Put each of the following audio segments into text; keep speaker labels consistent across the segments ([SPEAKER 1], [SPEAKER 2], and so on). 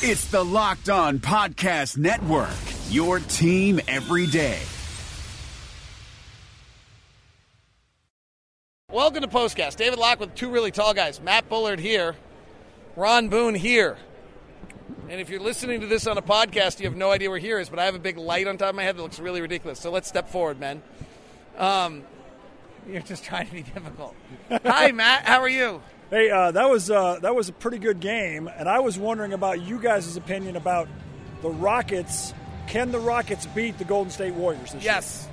[SPEAKER 1] It's the Locked On Podcast Network, your team every day.
[SPEAKER 2] Welcome to Postcast. David Locke with two really tall guys. Matt Bullard here, Ron Boone here. And if you're listening to this on a podcast, you have no idea where here is, but I have a big light on top of my head that looks really ridiculous. So let's step forward, men. Um, you're just trying to be difficult. Hi, Matt. How are you?
[SPEAKER 3] Hey, uh, that was uh, that was a pretty good game, and I was wondering about you guys' opinion about the Rockets. Can the Rockets beat the Golden State Warriors this
[SPEAKER 2] Yes.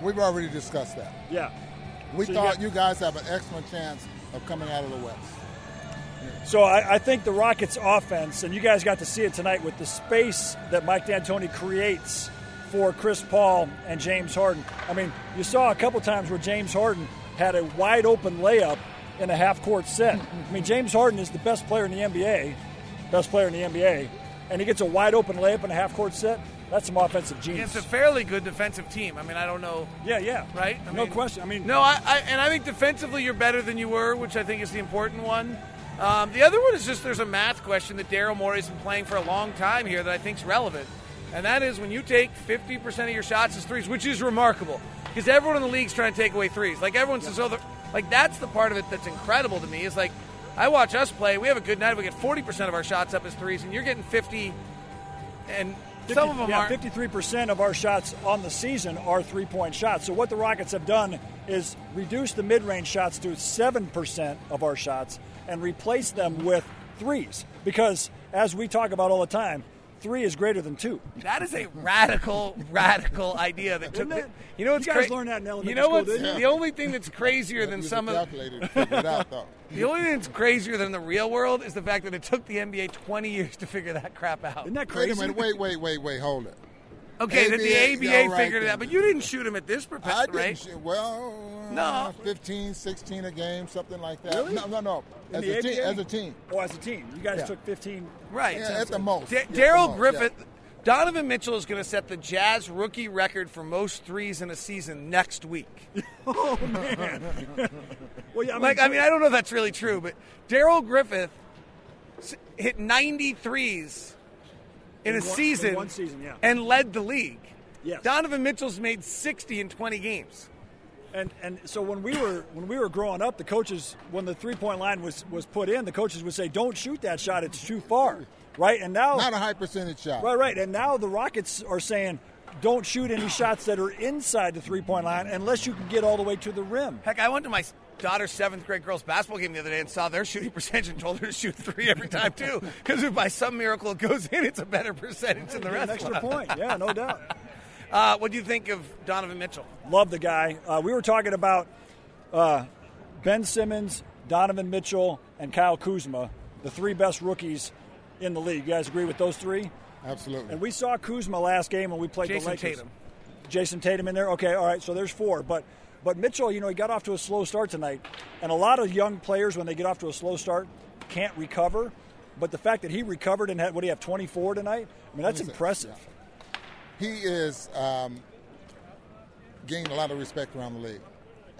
[SPEAKER 4] We've already discussed that.
[SPEAKER 3] year? Yeah.
[SPEAKER 4] We
[SPEAKER 3] So you
[SPEAKER 4] thought
[SPEAKER 3] got-
[SPEAKER 4] you guys have an excellent chance of coming out of the West.
[SPEAKER 3] So I, I think the Rockets' offense, and you guys got to see it tonight with the space that Mike D'Antoni creates for Chris Paul and James Harden. I mean, you saw a couple times where James Harden had a wide open layup in a half court set. I mean, James Harden is the best player in the NBA, best player in the NBA, and he gets a wide open layup in a half court set. That's some offensive genius.
[SPEAKER 2] It's a fairly good defensive team. I mean, I don't know.
[SPEAKER 3] yeah, yeah,
[SPEAKER 2] right? I
[SPEAKER 3] no
[SPEAKER 2] mean-
[SPEAKER 3] question. I mean,
[SPEAKER 2] No, I, I and I think defensively you're better than you were, which I think is the important one. Um, the other one is just there's a math question that Daryl Morey's been playing for a long time here that I think's relevant, and that is when you take 50% of your shots as threes, which is remarkable because everyone in the league's trying to take away threes. Like everyone says, oh, the, like that's the part of it that's incredible to me is like I watch us play, we have a good night, we get 40% of our shots up as threes, and you're getting 50, and some of them
[SPEAKER 3] yeah,
[SPEAKER 2] aren't.
[SPEAKER 3] 53% of our shots on the season are three point shots. So, what the Rockets have done is reduce the mid range shots to 7% of our shots and replace them with threes. Because, as we talk about all the time, three is greater than two.
[SPEAKER 2] That is a radical, radical idea that took.
[SPEAKER 3] Isn't it?
[SPEAKER 2] the- You know what's
[SPEAKER 3] You guys
[SPEAKER 2] cra-
[SPEAKER 3] learned that in elementary
[SPEAKER 2] You know
[SPEAKER 3] school,
[SPEAKER 2] what's
[SPEAKER 3] didn't you?
[SPEAKER 2] the only thing that's crazier than some of
[SPEAKER 4] calculated figure it out though.
[SPEAKER 2] the only thing that's crazier than the real world is the fact that it took the NBA 20 years to figure that crap out.
[SPEAKER 3] Isn't that
[SPEAKER 4] Wait
[SPEAKER 3] crazy?
[SPEAKER 4] a minute, wait, wait, wait, wait, hold it.
[SPEAKER 2] okay, that the
[SPEAKER 4] ABA,
[SPEAKER 2] ABA
[SPEAKER 4] all right
[SPEAKER 2] figured it out,
[SPEAKER 4] then.
[SPEAKER 2] but you didn't shoot him at this
[SPEAKER 4] I
[SPEAKER 2] perpetual
[SPEAKER 4] didn't
[SPEAKER 2] rate.
[SPEAKER 4] shoot- well
[SPEAKER 2] No.
[SPEAKER 4] 15, 16 a game, something like that.
[SPEAKER 3] Really?
[SPEAKER 4] No, no, no.
[SPEAKER 3] In
[SPEAKER 4] As
[SPEAKER 3] the
[SPEAKER 4] a, team,
[SPEAKER 3] ABA?
[SPEAKER 4] as a team.
[SPEAKER 3] Oh, as a team. You guys
[SPEAKER 4] Yeah.
[SPEAKER 3] took 15.
[SPEAKER 2] Right.
[SPEAKER 4] Yeah, at the most.
[SPEAKER 2] Da-
[SPEAKER 4] Yeah, at the
[SPEAKER 2] Daryl
[SPEAKER 4] most,
[SPEAKER 2] Griffith,
[SPEAKER 4] yeah.
[SPEAKER 2] Donovan Mitchell is going to set the Jazz rookie record for most threes in a season next week.
[SPEAKER 3] Well, yeah, I mean,
[SPEAKER 2] Like, I mean, I don't know if that's really true, but Daryl Griffith s- hit 93s in, a
[SPEAKER 3] In one- in
[SPEAKER 2] season,
[SPEAKER 3] one season, yeah.
[SPEAKER 2] and led the league.
[SPEAKER 3] Yes.
[SPEAKER 2] Donovan Mitchell's made 60 in 20 games.
[SPEAKER 3] And and so when we were when we were growing up, the coaches when the three point line was was put in, the coaches would say, "Don't shoot that shot; it's too far." Right? And now,
[SPEAKER 4] Not a high percentage shot.
[SPEAKER 3] right, right. And now the Rockets are saying, "Don't shoot any shots that are inside the three point line unless you can get all the way to the rim."
[SPEAKER 2] Heck, I went to my s- daughter's seventh grade girls basketball game the other day and saw their shooting percentage and told her to shoot three every time too, because if by some miracle it goes in, it's a better percentage than the
[SPEAKER 3] An
[SPEAKER 2] rest.
[SPEAKER 3] extra
[SPEAKER 2] of them.
[SPEAKER 3] point, yeah, no doubt.
[SPEAKER 2] Uh, what do you think of Donovan Mitchell?
[SPEAKER 3] Love the guy. Uh, we were talking about uh, Ben Simmons, Donovan Mitchell, and Kyle Kuzma, the three best rookies in the league. You guys agree with those three?
[SPEAKER 4] Absolutely.
[SPEAKER 3] And we saw Kuzma last game when we played the
[SPEAKER 2] Jason
[SPEAKER 3] Lakers.
[SPEAKER 2] Tatum.
[SPEAKER 3] Jason Tatum in there. Okay, all right. So there's four, but but Mitchell, you know, he got off to a slow start tonight, and a lot of young players when they get off to a slow start can't recover. But the fact that he recovered and had what do you have 24 tonight? I mean, that's
[SPEAKER 4] Twenty-six,
[SPEAKER 3] impressive.
[SPEAKER 4] he is um, gained a lot of respect around the league.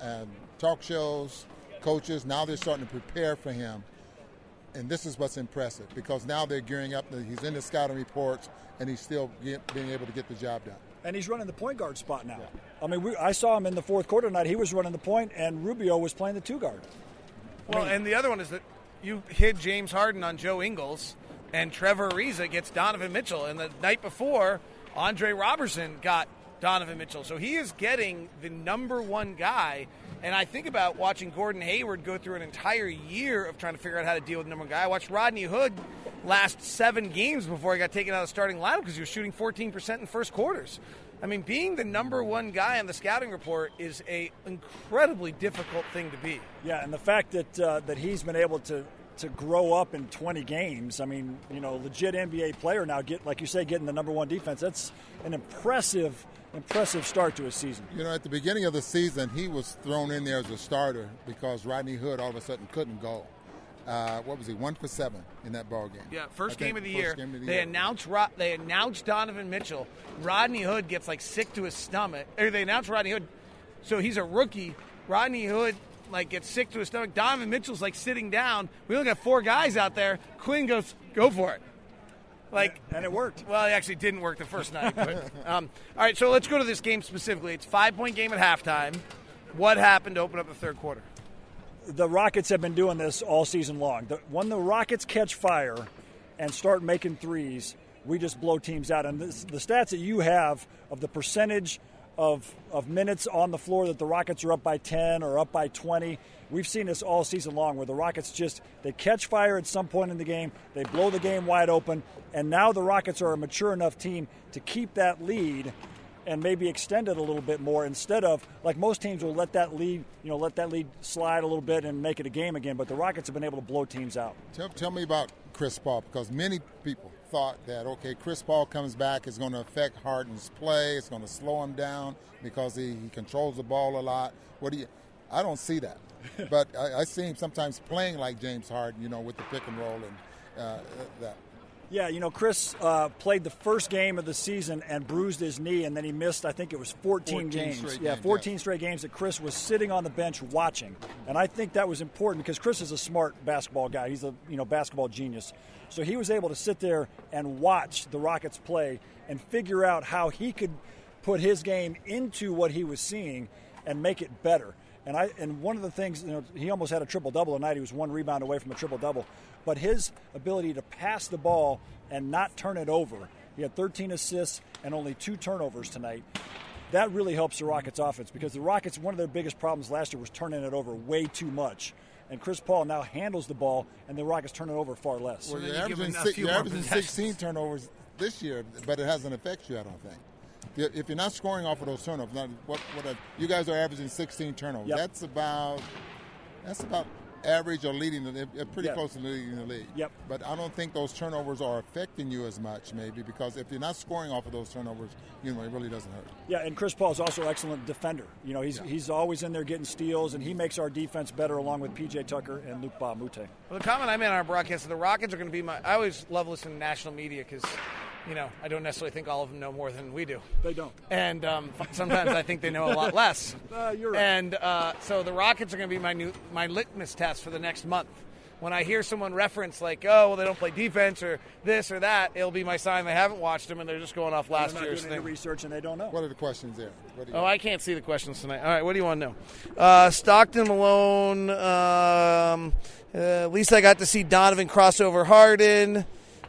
[SPEAKER 4] And talk shows, coaches, now they're starting to prepare for him. And this is what's impressive because now they're gearing up. He's in the scouting reports and he's still get, being able to get the job done.
[SPEAKER 3] And he's running the point guard spot now. I mean, we, I saw him in the fourth quarter tonight. He was running the point, and Rubio was playing the two guard.
[SPEAKER 2] Well, and the other one is that you hid James Harden on Joe Ingles, and Trevor Ariza gets Donovan Mitchell, and the night before, Andre Robertson got Donovan Mitchell. So he is getting the number one guy. And I think about watching Gordon Hayward go through an entire year of trying to figure out how to deal with the number one guy. I watched Rodney Hood last seven games before he got taken out of the starting lineup because he was shooting 14% in first quarters. I mean, being the number one guy on the scouting report is a incredibly difficult thing to be.
[SPEAKER 3] Yeah, and the fact that uh, that he's been able to to grow up in 20 games. I mean, you know, legit NBA player now. Get like you say, getting the number one defense. That's an impressive, impressive start to his season.
[SPEAKER 4] You know, at the beginning of the season, he was thrown in there as a starter because Rodney Hood all of a sudden couldn't go. Uh, what was he? One for seven in that ball game.
[SPEAKER 2] Yeah,
[SPEAKER 4] I
[SPEAKER 2] first
[SPEAKER 4] think
[SPEAKER 2] game of the
[SPEAKER 4] first
[SPEAKER 2] year.
[SPEAKER 4] game of the
[SPEAKER 2] they announced Ro- they announced Donovan Mitchell. Rodney Hood gets like sick to his stomach. Or they announced Rodney Hood, so he's a rookie. Rodney Hood like gets sick to his stomach. Donovan Mitchell's like sitting down. We only got four guys out there. Quinn goes, go for it. Like,
[SPEAKER 3] and it worked.
[SPEAKER 2] well, it actually didn't work the first night. But, um, all right, so let's go to this game specifically. It's five point game at halftime. What happened to open up the third quarter?
[SPEAKER 3] the Rockets have been doing this all season long. The, when the Rockets catch fire and start making threes, we just blow teams out. And this, the stats that you have of the percentage of, of minutes on the floor that the Rockets are up by 10 or up by 20, we've seen this all season long where the Rockets just, they catch fire at some point in the game, they blow the game wide open, and now the Rockets are a mature enough team to keep that lead and maybe extend it a little bit more instead of like most teams will let that lead, you know, let that lead slide a little bit and make it a game again. But the Rockets have been able to blow teams out.
[SPEAKER 4] Tell, tell me about Chris Paul because many people thought that okay, Chris Paul comes back, it's going to affect Harden's play, it's going to slow him down because he, he controls the ball a lot. What do you? I don't see that, but I, I see him sometimes playing like James Harden, you know, with the pick and roll and uh, that.
[SPEAKER 3] Yeah, you know, Chris uh, played the first game of the season and bruised his knee, and then he missed. I think it was 14,
[SPEAKER 4] 14
[SPEAKER 3] games.
[SPEAKER 4] straight
[SPEAKER 3] yeah,
[SPEAKER 4] games,
[SPEAKER 3] 14
[SPEAKER 4] yes.
[SPEAKER 3] straight games that Chris was sitting on the bench watching, and I think that was important because Chris is a smart basketball guy. He's a you know basketball genius, so he was able to sit there and watch the Rockets play and figure out how he could put his game into what he was seeing and make it better. And I and one of the things you know he almost had a triple double tonight. He was one rebound away from a triple double, but his ability to pass the ball and not turn it over. He had 13 assists and only two turnovers tonight. That really helps the Rockets' offense because the Rockets one of their biggest problems last year was turning it over way too much. And Chris Paul now handles the ball, and the Rockets turn it over far less.
[SPEAKER 4] Well,
[SPEAKER 2] then
[SPEAKER 4] you're
[SPEAKER 2] you give
[SPEAKER 4] averaging,
[SPEAKER 2] him a
[SPEAKER 4] six,
[SPEAKER 2] few
[SPEAKER 4] you're
[SPEAKER 2] more
[SPEAKER 4] averaging
[SPEAKER 2] possessions.
[SPEAKER 4] 16 turnovers this year, but it hasn't affected you, I don't think. If- If you're not scoring off of those turnovers, now what, what are, you guys are averaging 16 turnovers.
[SPEAKER 3] Yep.
[SPEAKER 4] That's about that's about average or leading the they're pretty
[SPEAKER 3] Yeah.
[SPEAKER 4] close to leading the league.
[SPEAKER 3] Yep.
[SPEAKER 4] But I don't think those turnovers are affecting you as much, maybe, because if you're not scoring off of those turnovers, you know it really doesn't hurt.
[SPEAKER 3] Yeah, and Chris Paul is also an excellent defender. You know, he's, he's always in there getting steals, and he makes our defense better along with P.J. Tucker and Luke Bamute.
[SPEAKER 2] Well, the comment I made on our broadcast is the Rockets are going to be my. I always love listening to national media because, you know, I don't necessarily think all of them know more than we do.
[SPEAKER 3] They don't.
[SPEAKER 2] And um, sometimes I think they know a lot less.
[SPEAKER 3] Uh, you're right.
[SPEAKER 2] And uh, so the Rockets are going to be my new my litmus test for the next month. When I hear someone reference like, "Oh, well, they don't play defense" or this or that, it'll be my sign they haven't watched them and they're just going off
[SPEAKER 3] They're
[SPEAKER 2] last
[SPEAKER 3] not
[SPEAKER 2] year's
[SPEAKER 3] doing any
[SPEAKER 2] thing.
[SPEAKER 3] research, and they don't know.
[SPEAKER 4] What are the questions there? What do you
[SPEAKER 2] Oh, I can't see the questions tonight. All right, what do you want to know? Uh, Stockton Malone. Um, uh, at least I got to see Donovan crossover Harden.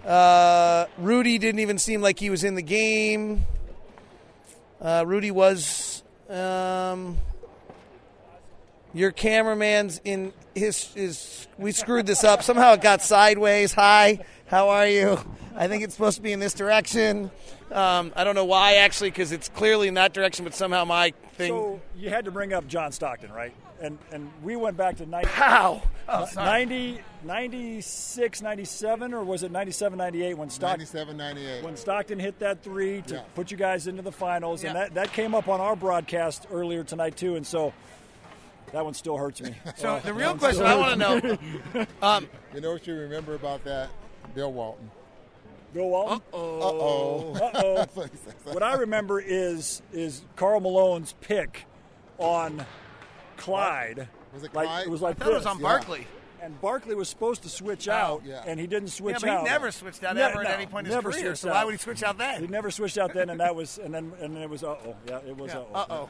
[SPEAKER 2] Uh, Rudy didn't even seem like he was in the game. Uh, Rudy was. Um, your cameraman's in his is. We screwed this up. Somehow it got sideways. Hi, how are you? I think it's supposed to be in this direction. Um, I don't know why actually, because it's clearly in that direction, but somehow my thing.
[SPEAKER 3] So you had to bring up John Stockton, right? And and we went back to 90,
[SPEAKER 2] Pow!
[SPEAKER 3] uh, 90 96, 97, or was it 97, 98 when Stockton
[SPEAKER 4] 97, 98.
[SPEAKER 3] when Stockton hit that three to
[SPEAKER 4] Yeah.
[SPEAKER 3] put you guys into the finals, and
[SPEAKER 2] Yeah.
[SPEAKER 3] that, that came up on our broadcast earlier tonight too, and so that one still hurts me.
[SPEAKER 2] So
[SPEAKER 3] Uh,
[SPEAKER 2] the
[SPEAKER 3] that
[SPEAKER 2] real
[SPEAKER 3] one
[SPEAKER 2] question
[SPEAKER 3] still
[SPEAKER 2] I
[SPEAKER 3] hurts
[SPEAKER 2] want to know. Um,
[SPEAKER 4] You know what you remember about that? Bill Walton.
[SPEAKER 3] me. Bill Walton.
[SPEAKER 4] Oh.
[SPEAKER 3] Uh-oh. what I remember is is Carl Malone's pick on Clyde.
[SPEAKER 4] Was it
[SPEAKER 3] like,
[SPEAKER 4] Clyde?
[SPEAKER 3] It was like
[SPEAKER 2] I thought it was
[SPEAKER 3] this.
[SPEAKER 2] on Barkley.
[SPEAKER 3] And Barkley was supposed to switch out,
[SPEAKER 4] yeah.
[SPEAKER 3] and he didn't switch
[SPEAKER 2] Yeah, but he
[SPEAKER 3] out.
[SPEAKER 2] never switched out
[SPEAKER 3] Ne-
[SPEAKER 2] ever
[SPEAKER 3] no,
[SPEAKER 2] at any point in his
[SPEAKER 3] never
[SPEAKER 2] career.
[SPEAKER 3] switched
[SPEAKER 2] So why
[SPEAKER 3] out.
[SPEAKER 2] would he switch out
[SPEAKER 3] He
[SPEAKER 2] then?
[SPEAKER 3] never switched out then, and that was, and then, and then it was uh oh, yeah, it was uh
[SPEAKER 2] Uh oh.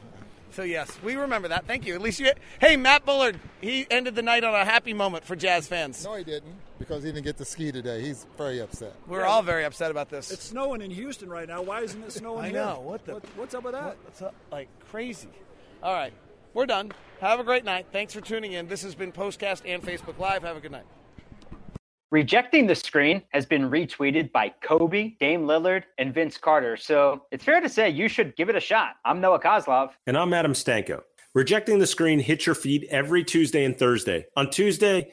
[SPEAKER 2] So yes, we remember that. Thank you. At least you. Hey, Matt Bullard. He ended the night on a happy moment for Jazz fans.
[SPEAKER 4] No, he didn't because he didn't get to ski today. He's very upset.
[SPEAKER 2] We're all very upset about this.
[SPEAKER 3] It's snowing in Houston right now. Why isn't it snowing
[SPEAKER 2] I
[SPEAKER 3] here?
[SPEAKER 2] know. What the-
[SPEAKER 3] What's up with that?
[SPEAKER 2] It's uh, like crazy. All right, we're done. Have a great night. Thanks for tuning in. This has been Postcast and Facebook Live. Have a good night.
[SPEAKER 5] Rejecting the screen has been retweeted by Kobe, Dame Lillard, and Vince Carter. So it's fair to say you should give it a shot. I'm Noah Kozlov.
[SPEAKER 6] And I'm Adam Stanko. Rejecting the screen hits your feed every Tuesday and Thursday. On Tuesday,